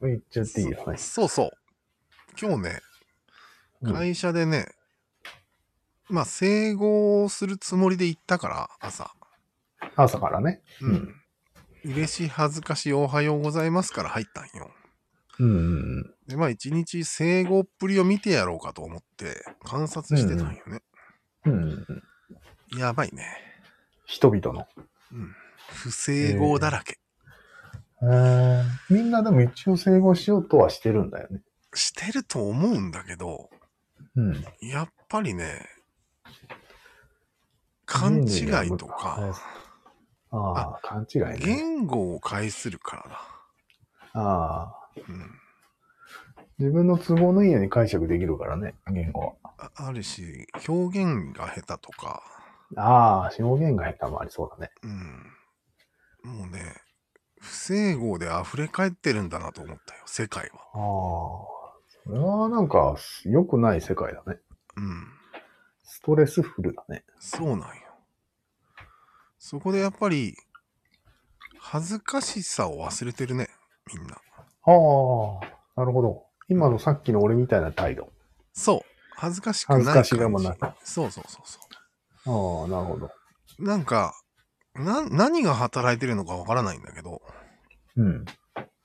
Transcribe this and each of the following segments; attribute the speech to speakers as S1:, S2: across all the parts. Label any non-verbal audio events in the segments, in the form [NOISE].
S1: 言っちゃっていいよ。はい。
S2: そうそう。今日ね、
S1: うん
S2: 会社でね、まあ、整合をするつもりで行ったから、朝。
S1: 朝からね。
S2: う
S1: うんん。
S2: 嬉しい、恥ずかしい、おはようございますから入ったんよ。
S1: うんうんうん。
S2: で、まあ、一日整合っぷりを見てやろうかと思って、観察してたんよね。
S1: うんうんうん。
S2: やばいね。
S1: 人々の。
S2: うん。不整合だらけ。
S1: うんみんなでも一応整合しようとはしてるんだよね。
S2: してると思うんだけど、
S1: うん。
S2: やっぱりね、勘違いとか、
S1: ああ、勘違いね。
S2: 言語を介するから
S1: ああ。
S2: だ。うん。
S1: 自分の都合のいいように解釈できるからね、言語
S2: ああるし、表現が下手とか、
S1: は。ああ、表現が下手もありそうだね。
S2: うん。もうね、不整合で溢れ返ってるんだなと思ったよ、世界は。
S1: ああ。それはなんか、良くない世界だね。
S2: うん。
S1: ストレスフルだね。
S2: そうなんよ。そこでやっぱり、恥ずかしさを忘れてるね、みんな。
S1: ああ、なるほど。今のさっきの俺みたいな態度。
S2: そう。恥ずかしくな
S1: 恥
S2: い
S1: ず
S2: 感じ。
S1: かしがもなく。あ
S2: そうそうそうそう。
S1: あ、なるほど。
S2: なんか、な、何が働いてるのかわからないんだけど、
S1: うん。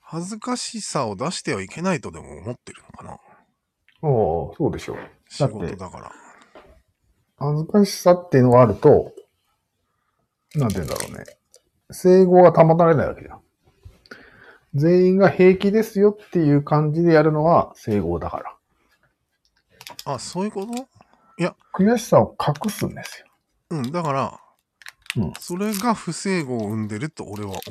S2: 恥ずかしさを出してはいけないとでも思ってるのかな
S1: ああ、そうでしょう。
S2: 仕事だから。
S1: 恥ずかしさっていうのがあると、なんて言うんだろうね。整合が保たれないわけじゃん。全員が平気ですよっていう感じでやるのは整合だから。
S2: あ、そういうこと
S1: 悔しさを隠すんですよ。
S2: うん、だから、
S1: うん
S2: それが不整合を生んでると俺は思っ、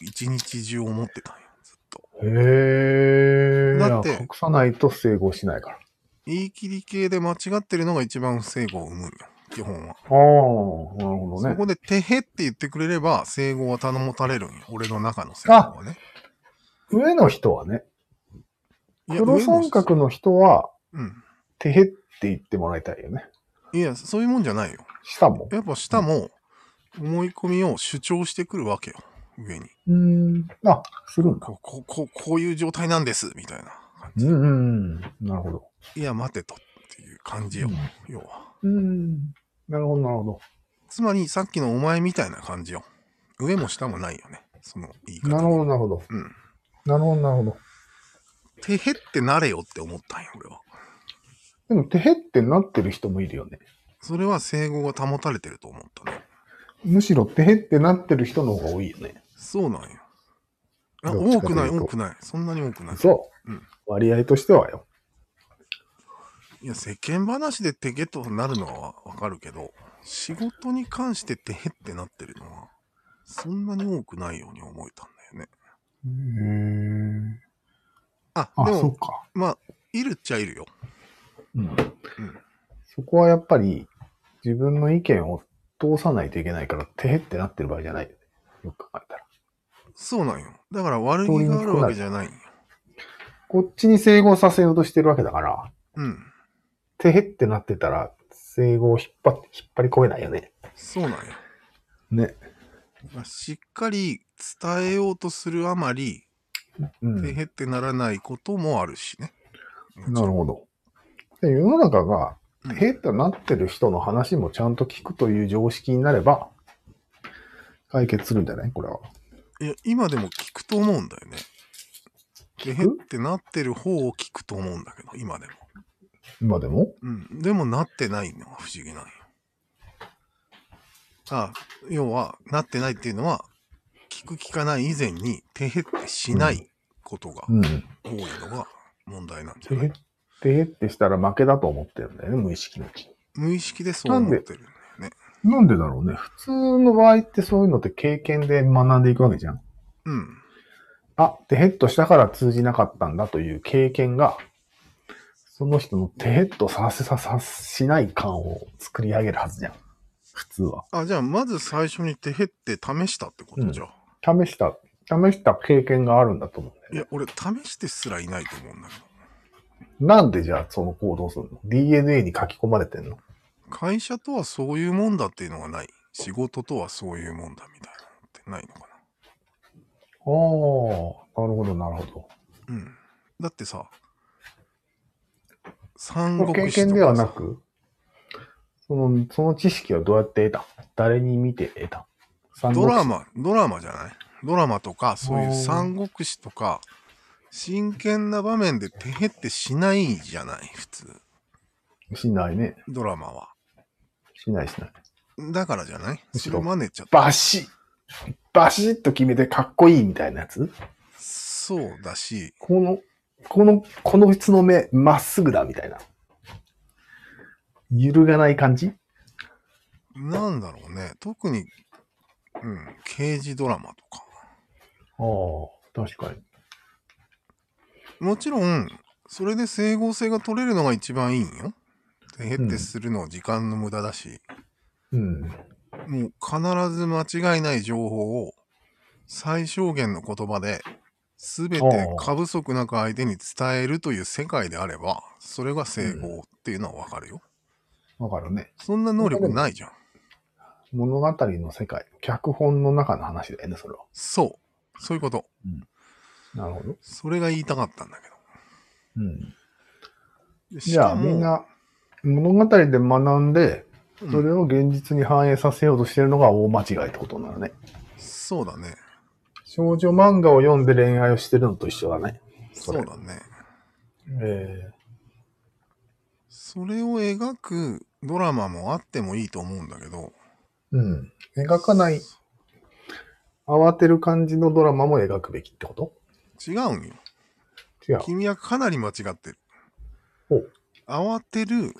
S2: 一日中思ってたんよ、ずっと。
S1: へ
S2: ー
S1: だ
S2: だ
S1: っ
S2: って
S1: て。隠さないと整合しないから。
S2: 言い切り系で間違ってるのが一番不整合を生むんよ、基本
S1: ああ、
S2: は。
S1: なるほど
S2: そ
S1: ね。
S2: こで、てへって言ってくれれば、整合は頼もたれるんよ。俺の中の整合はね。
S1: 上の人はね、
S2: いや
S1: 黒三角の人は、
S2: 上の人
S1: てへって言ってもらいたいよね。
S2: うん。いや、そういうもんじゃないよ。
S1: 下も。
S2: やっぱ下も思い込みを主張してくるわけよ。上に。
S1: うーん。あ、するんだ。
S2: ここここういう状態なんです、みたいな感
S1: う
S2: じ。
S1: んうんうん。なるほど。
S2: いや、待てとっていう感じよ。
S1: うん
S2: 要は。
S1: うーん。なるほど、なるほど。
S2: つまり、さっきのお前みたいな感じよ。上も下もないよね。その言い方。
S1: なるほど、なるほど。
S2: うん。
S1: なるほど、なるほど。
S2: てへってなれよって思ったんよ、俺は。
S1: でも、てへってなってる人もいるよね。
S2: それは整合が保たれてると思ったね。
S1: むしろ、てへってなってる人の方が多いよね。
S2: そうなんよ。あ
S1: どっち
S2: 多
S1: か
S2: くない、
S1: というと
S2: 多くない。そんなに多くない。
S1: そう。
S2: うん
S1: 割合としてはよ。
S2: いや、世間話でてけとなるのはわかるけど、仕事に関しててへってなってるのは、そんなに多くないように思えたんだよね。
S1: へえ。
S2: あ、
S1: あ、
S2: で
S1: そ
S2: も
S1: う、か。
S2: まあ、いるっちゃいるよ。
S1: うん。
S2: うん。
S1: そこはやっぱり、自分の意見を通さないといけないから、てへってなってる場合じゃないよね。よく考えたら。
S2: そうなんよ。だから悪気があるわけじゃないんよ。
S1: こっちに整合させようとしてるわけだから、
S2: うん。
S1: てへってなってたら、整合を引っ張って、引っ張り込めないよね。
S2: そうなんよ。
S1: ね。
S2: まあしっかり伝えようとするあまり、
S1: うん。
S2: てへってならないこともあるしね。
S1: なるほど。で世の中が
S2: う、ん
S1: へっとなってる人の話もちゃんと聞くという常識になれば、解決するんじゃないこれは。
S2: いや、今でも聞くと思うんだよね。てへってなってる方を聞くと思うんだけど、今でも。
S1: 今でも
S2: うん。でもなってないのが不思議なんよ。あ、要は、なってないっていうのは、聞く聞かない以前に、てへってしないことが
S1: うん。
S2: 多いのが問題なんじゃ
S1: て
S2: な
S1: へ
S2: い、
S1: ってへってしたら負けだと思ってるんだよね、無意識のうち
S2: 無意識でそう思ってるんだよね。
S1: に。なんでだろうね。普通の場合ってそういうのって経験で学んでいくわけじゃん。
S2: うん。
S1: あ、てへっとしたから通じなかったんだという経験が、その人のてへっとさせささしない感を作り上げるはずじゃん。普通は。
S2: あ、じゃあ、まず最初にてへって試したってこと、
S1: うん
S2: じゃあ。
S1: 試した、試した経験があるんだと思うんだよ
S2: い
S1: ね。
S2: や、俺、試してすらいないと思うんだけど。
S1: なんでじゃあその行動するの ?DNA に書き込まれてんの
S2: 会社とはそういうもんだっていうのがない。仕事とはそういうもんだみたいなのってないのか
S1: ああ、なるほど、なるほど。
S2: うん。だってさ、三
S1: もう
S2: 国
S1: 経
S2: 志と
S1: 験
S2: か
S1: ではな
S2: さ
S1: く、その、その知識はどうやって得た誰に見て得た三
S2: ド
S1: 国志
S2: ラマ、ドラマじゃないドラマとか、そうい
S1: あ
S2: う
S1: ー
S2: 三国志とか、真剣な場面でてへってしないじゃない、普通。
S1: しないね。
S2: ドラマは。
S1: しないしない。
S2: だからじゃない
S1: むし
S2: そ
S1: ろ
S2: れ真似ちゃった。
S1: バシッバシッと決めてかっこいいみたいなやつ
S2: そうだし、
S1: この、この、この人の目、まっすぐだみたいな。揺るがない感じ
S2: なんだろうね。特に、うん、刑事ドラマとか。
S1: ああ、確かに。
S2: もちろん、それで整合性が取れるのが一番いいんよ。てへっ
S1: う
S2: て
S1: ん
S2: するの時間の無駄だし、
S1: うん。
S2: もう必ず間違いない情報を最小限の言葉で全て過不足なく相手に伝えるという世界であれば、それが整合っていうのはわかるよ。
S1: わかるね。
S2: そんな能力ないじゃん。
S1: 物語の世界、脚本の中の話だよね、それは。
S2: そう。そういうこと。
S1: なるほど。
S2: それが言いたかったんだけど。
S1: うん。
S2: でし
S1: じゃ
S2: か
S1: あ
S2: も
S1: みんな、物語で学んで、
S2: うん
S1: それを現実に反映させようとしてるのが大間違いってことになるね。
S2: そうだね。
S1: 少女漫画を読んで恋愛をしてるのと一緒だね。そ
S2: そ
S1: れ
S2: うだね。
S1: え
S2: それを描くドラマもあってもいいと思うんだけど、
S1: えうん。描かない、慌てる感じのドラマも描くべきってこと
S2: 違うんよ。
S1: 違う。
S2: 君はかなり間違ってる。
S1: ほう
S2: 慌てる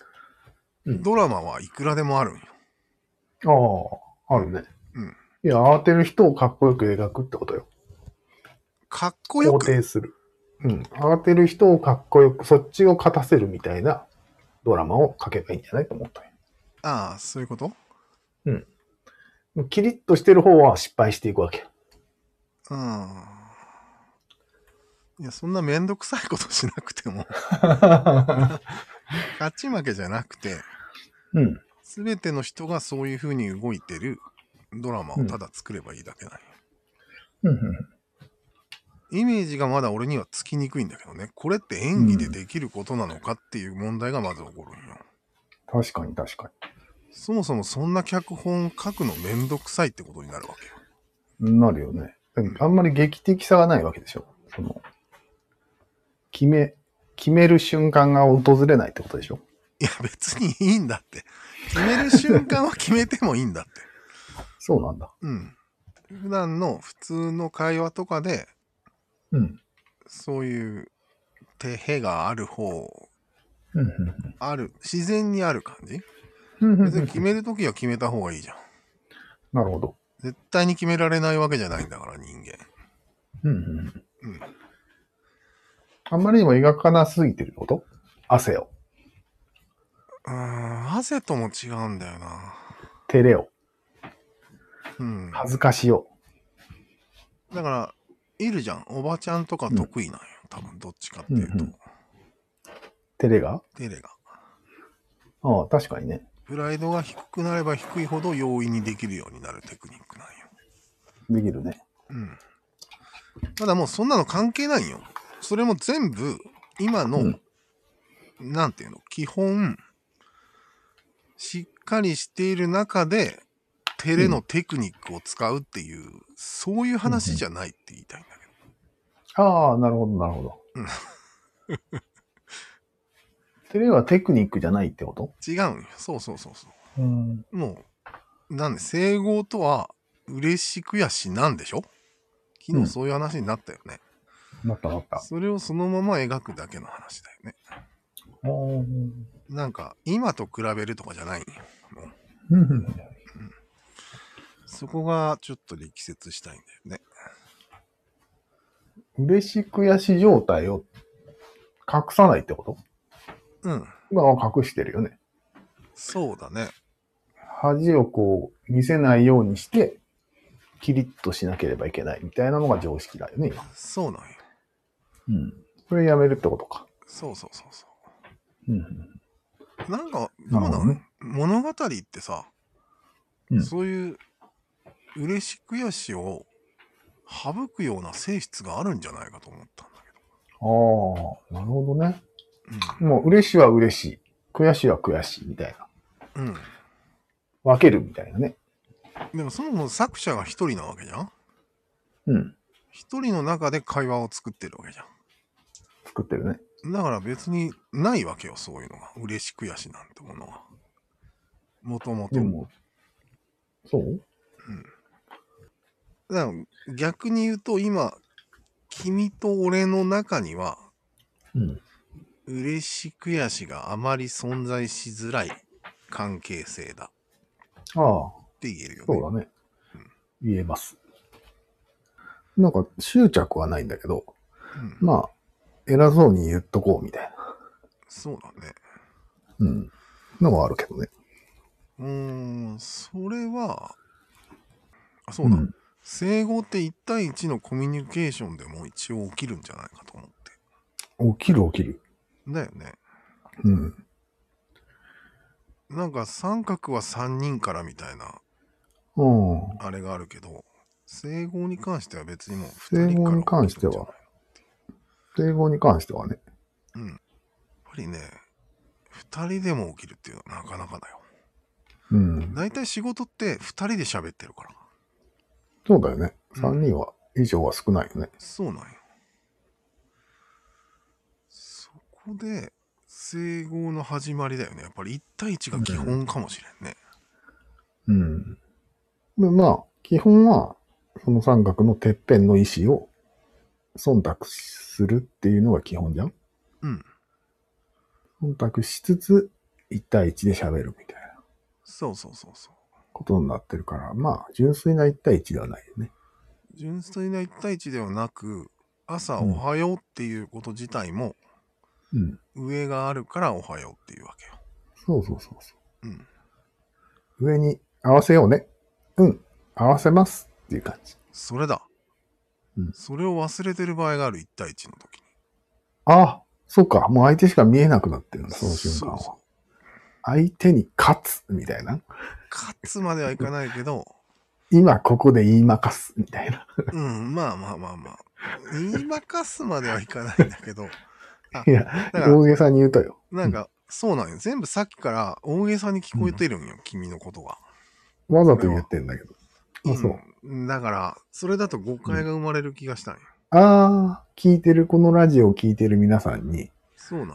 S1: うん
S2: ドラマはいくらでもあるんよ。
S1: ああ、あるね。
S2: うん。
S1: いや、慌てる人をかっこよく描くってことよ。
S2: かっこよ
S1: 肯
S2: く。
S1: 定する。うん。慌てる人をかっこよく、そっちを勝たせるみたいなドラマを描けばいいんじゃないと思ったよ
S2: ああ、そういうこと
S1: もうキリッとしてる方は失敗していくわ [LAUGHS] け。
S2: うん。いや、そんなめんどくさいことしなくても、 [LAUGHS] 勝ち負けじゃなくて、
S1: うん。
S2: すべての人がそういう風に動いてるドラマをただ作ればいいだけなんよ。
S1: うんうん
S2: イメージがまだ俺にはつきにくいんだけどね、これって演技でできることなのかっていう問題がまず起こるんよ。
S1: 確かに確か
S2: そもそもそんな脚本書くのめんどくさいってことになるわけよ。
S1: に。なるよね。あんまり劇的さがないわけでしょ。その、決め、決める瞬間が訪れないってことでしょ。
S2: いや別にいいんだって。決める瞬間は決めてもいいんだって。
S1: そうなんだ。
S2: うん。普段の普通の会話とかで、
S1: うん。
S2: そういう手へがある方、
S1: うんうん
S2: ある、自然にある感じ
S1: うんうんう
S2: 別に
S1: ん
S2: 決めるときは決めた方がいいじゃん。
S1: なるほど。
S2: 絶対に決められないわけじゃないんだから人間。
S1: うんうんう
S2: うん
S1: ん。あんまりにも描かなすぎてるってこと汗を、
S2: うーん、汗とも違うんだよな。
S1: 照れを、
S2: うん。
S1: 恥ずかしを。
S2: だから、いるじゃん。おばちゃんとか得意なんよ。多分、どっちかっていうと。
S1: うんうん照れが
S2: テレが。
S1: ああ、確かにね。
S2: プライドが低くなれば低いほど容易にできるようになるテクニックなんよ。
S1: できるね。
S2: うん。ただもうそんなの関係ないよ。それも全部、今の、
S1: うん
S2: なんていうの、基本、しっかりしている中で、テレのテクニックを使うっていう、そういう話じゃないって言いたいんだけど。
S1: ああ、なるほど、なるほど
S2: うん。
S1: 照れはテクニックじゃないってこと
S2: 違うんよ。そうそうそうそ
S1: うん。
S2: う。もう、なんで、整合とは、嬉しくやしなんでしょ昨
S1: うん
S2: 日そういう話になったよね。
S1: なったなった。
S2: それをそのまま描くだけの話だよね。
S1: うん
S2: なんか、今と比べるとかじゃないんよ。
S1: うん
S2: そこがちょっと力説したいんだよね。
S1: 嬉し悔し状態を隠さないってこと
S2: うん。
S1: 今は隠してるよね。
S2: そうだね。
S1: 恥をこう見せないようにして、キリッとしなければいけないみたいなのが常識だよね、今。
S2: そうなんよ。
S1: うん。それやめるってことか。
S2: そうそうそうそう
S1: うん。。
S2: なんか、ど
S1: なるほ
S2: うなの、
S1: どね
S2: 物語ってさ、
S1: うん
S2: そういう嬉し悔しを省くような性質があるんじゃないかと思ったんだけ
S1: ああ、なるほどね。もう嬉しいは嬉しい。悔しいは悔しいみたいな。
S2: うん。うん
S1: 分けるみたいなね。
S2: でもそもそも作者が一人なわけじゃん
S1: うん。
S2: 一人の中で会話を作ってるわけじゃ
S1: 作ってるね。
S2: ん。だから別にないわけよ、そういうのが。嬉し悔しなんてものは。もともと
S1: で。も、そう
S2: だから逆に言うと今、君と俺の中には、
S1: うん。
S2: 嬉し悔しがあまり存在しづらい関係性だ
S1: ああ、
S2: って言えるよね。
S1: そうだね。言えます。なんか執着はないんだけど、
S2: うん
S1: まあ、偉そうに言っとこうみたいな。
S2: そうだね。
S1: うん。のはあるけどね。
S2: うーん、それは、あ、そうだ。
S1: うん
S2: 整合って1対1のコミュニケーションでも一応起きるんじゃないかと思って。
S1: 起きる起きる。
S2: だよね。
S1: うん。
S2: なんか三角は3人からみたいな
S1: うん。
S2: あれがあるけど、整合に関しては別にもう2
S1: 整
S2: 人か
S1: 合
S2: ら
S1: に関しては
S2: 起きるんじゃない
S1: 英語に関してはね。
S2: うん。やっぱりね、2人でも起きるっていうのはなかなかだよ。
S1: うん。
S2: 大体仕事って2人で喋ってるから。
S1: そうだよね。
S2: うん
S1: 3人は、以上は少ないよね。
S2: そうなんよ。そこで、整合の始まりだよね。やっぱり1対1が基本かもしれんね。
S1: うん。で、まあ、基本は、その三角のてっぺんの意思を忖度するっていうのが基本じゃん
S2: うん。
S1: 忖度しつつ、1対1で喋るみたいな
S2: そうそうそうそう。
S1: ことになってるから、まあ、純粋な1対1ではないよね。
S2: 純粋な1対1ではなく、朝おはようっていうこと自体も、
S1: うん。
S2: 上があるからおはようっていうわけよ。
S1: そうそうそうそ
S2: うん。
S1: う。上に合わせようね。うん。合わせますっていう感じ。
S2: それだ。
S1: うん
S2: それを忘れてる場合がある1対1の時に。
S1: ああ、そうか。もう相手しか見えなくなってるんだ、その瞬間は。
S2: そうそう
S1: 相手に勝つみたいな。
S2: 勝つまではいかない
S1: [LAUGHS]
S2: けど、
S1: 今ここで言いまかすみたいな。
S2: うん、まあまあまあまあ。言いまかすまではいかないんだけ
S1: [LAUGHS]
S2: ど、
S1: いや、
S2: だから
S1: 大げさに言うとよ。
S2: なんか、そうなんよ。全部さっきから大げさに聞こえてるんよ、君のことが。
S1: わざと言ってんだけど。あ、そう。
S2: うん。だから、それだと誤解が生まれる気がしたんよ。
S1: ああ、聞いてる、このラジオを聞いてる皆さんに、
S2: そうなんよ。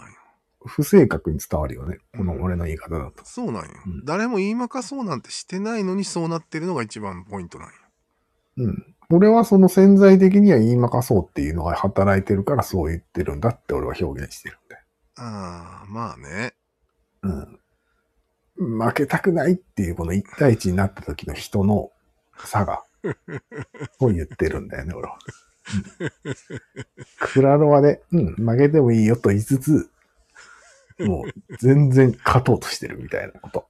S1: 不正確に伝わるよね。この俺の言い方だと。
S2: そうなんよ。
S1: うん
S2: 誰も言いまかそうなんてしてないのにそうなってるのが一番ポイントなんよ。
S1: うん。俺はその潜在的には言いまかそうっていうのが働いてるからそう言ってるんだって俺は表現してるんで。
S2: ああ、まあね。
S1: うん。負けたくないっていうこの1対1になった時の人の差が、を言ってるんだよね、俺は。うんクラロワで、うん、負けてもいいよと言いつつ、もう全然勝とうとしてるみたいなこと。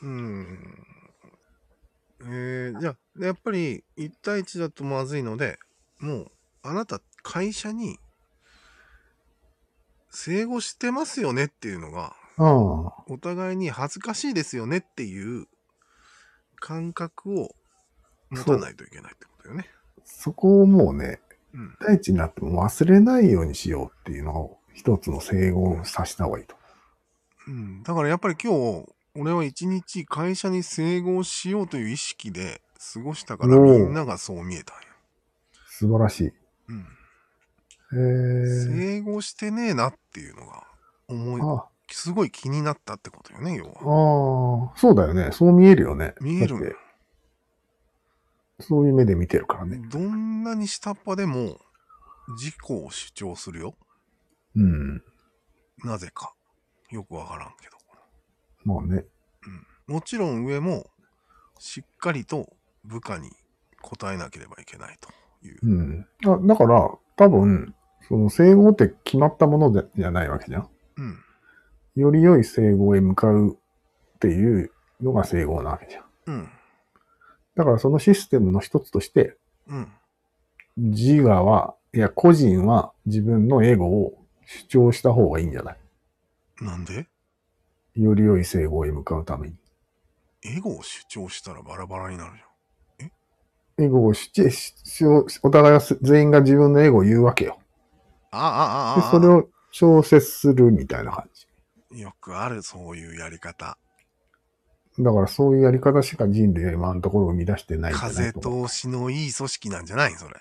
S2: うん。えー、じゃあ、やっぱり1対1だとまずいので、もう、あなた、会社に、生後してますよねっていうのが、
S1: ああ、
S2: お互いに恥ずかしいですよねっていう感覚を持たないといけないってことよね。
S1: そこをもうね、
S2: うん。
S1: 1対1になっても忘れないようにしようっていうのを一つの整合をさせた方がいいと。
S2: うん、だからやっぱり今日、俺は一日会社に整合しようという意識で過ごしたから、
S1: お
S2: み
S1: ー
S2: んながそう見えたんよ。
S1: 素晴らしい。へ
S2: うん。
S1: え。
S2: 整合してねえなっていうのが思い
S1: ああ、
S2: すごい気になったってことよね要は
S1: ああ、そうだよね。そう見えるよね。
S2: 見える
S1: だってそういう目で見てるからね。
S2: どんなに下っ端でも自己を主張するよ
S1: うん。
S2: なぜかよくわからんけど、
S1: まあね。
S2: うん、もちろん上もしっかりと部下に答えなければいけないという
S1: うん。あだから、多分、その整合って決まったものでじゃないわけじゃん。
S2: うん
S1: より良い整合へ向かうっていうのが整合なわけじゃん。
S2: うん
S1: だからそのシステムの一つとして、
S2: うん
S1: 自我は、いや、個人は自分のエゴを主張した方がいいんじゃない
S2: なんで
S1: より良い整合へ向かうために。
S2: エゴを主張したらバラバラになるじ
S1: エゴを主張し、しお互いはす全員が自分のエゴを言うわけよ。
S2: ゃあ
S1: で
S2: ああああ
S1: それを調節するみたいな感じ。
S2: よくある、そういうやり方。
S1: だからそういうやり方しか人類は今のところ生み出してないんじゃな
S2: 風
S1: いと思う。
S2: 通しのいい組織なんじゃないそれ。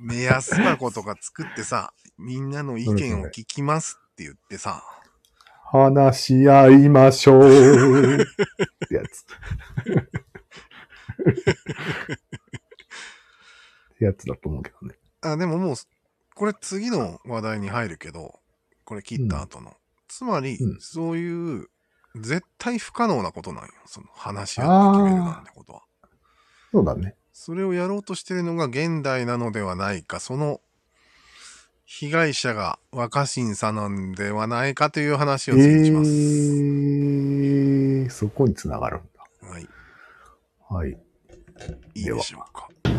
S2: 目安箱とか作っ
S1: [LAUGHS]
S2: てさ、みんなの意見を聞きますって言ってさ、
S1: 話し合いましょう。ってやつ。ってやつだと思うけどね。
S2: あ、でももう、これ次の話題に入るけど、これ切った後の。つまり、
S1: うん
S2: そういう、絶対不可能なことなんよ。その話し合って決めるなんてことは。
S1: そうだね。
S2: それをやろうとしてるのが現代なのではないか、その被害者が若新さんなんではないかという話
S1: え
S2: を次にします。
S1: ー、そこにつながるんだ。
S2: はい。
S1: はい。
S2: いいでしょうか。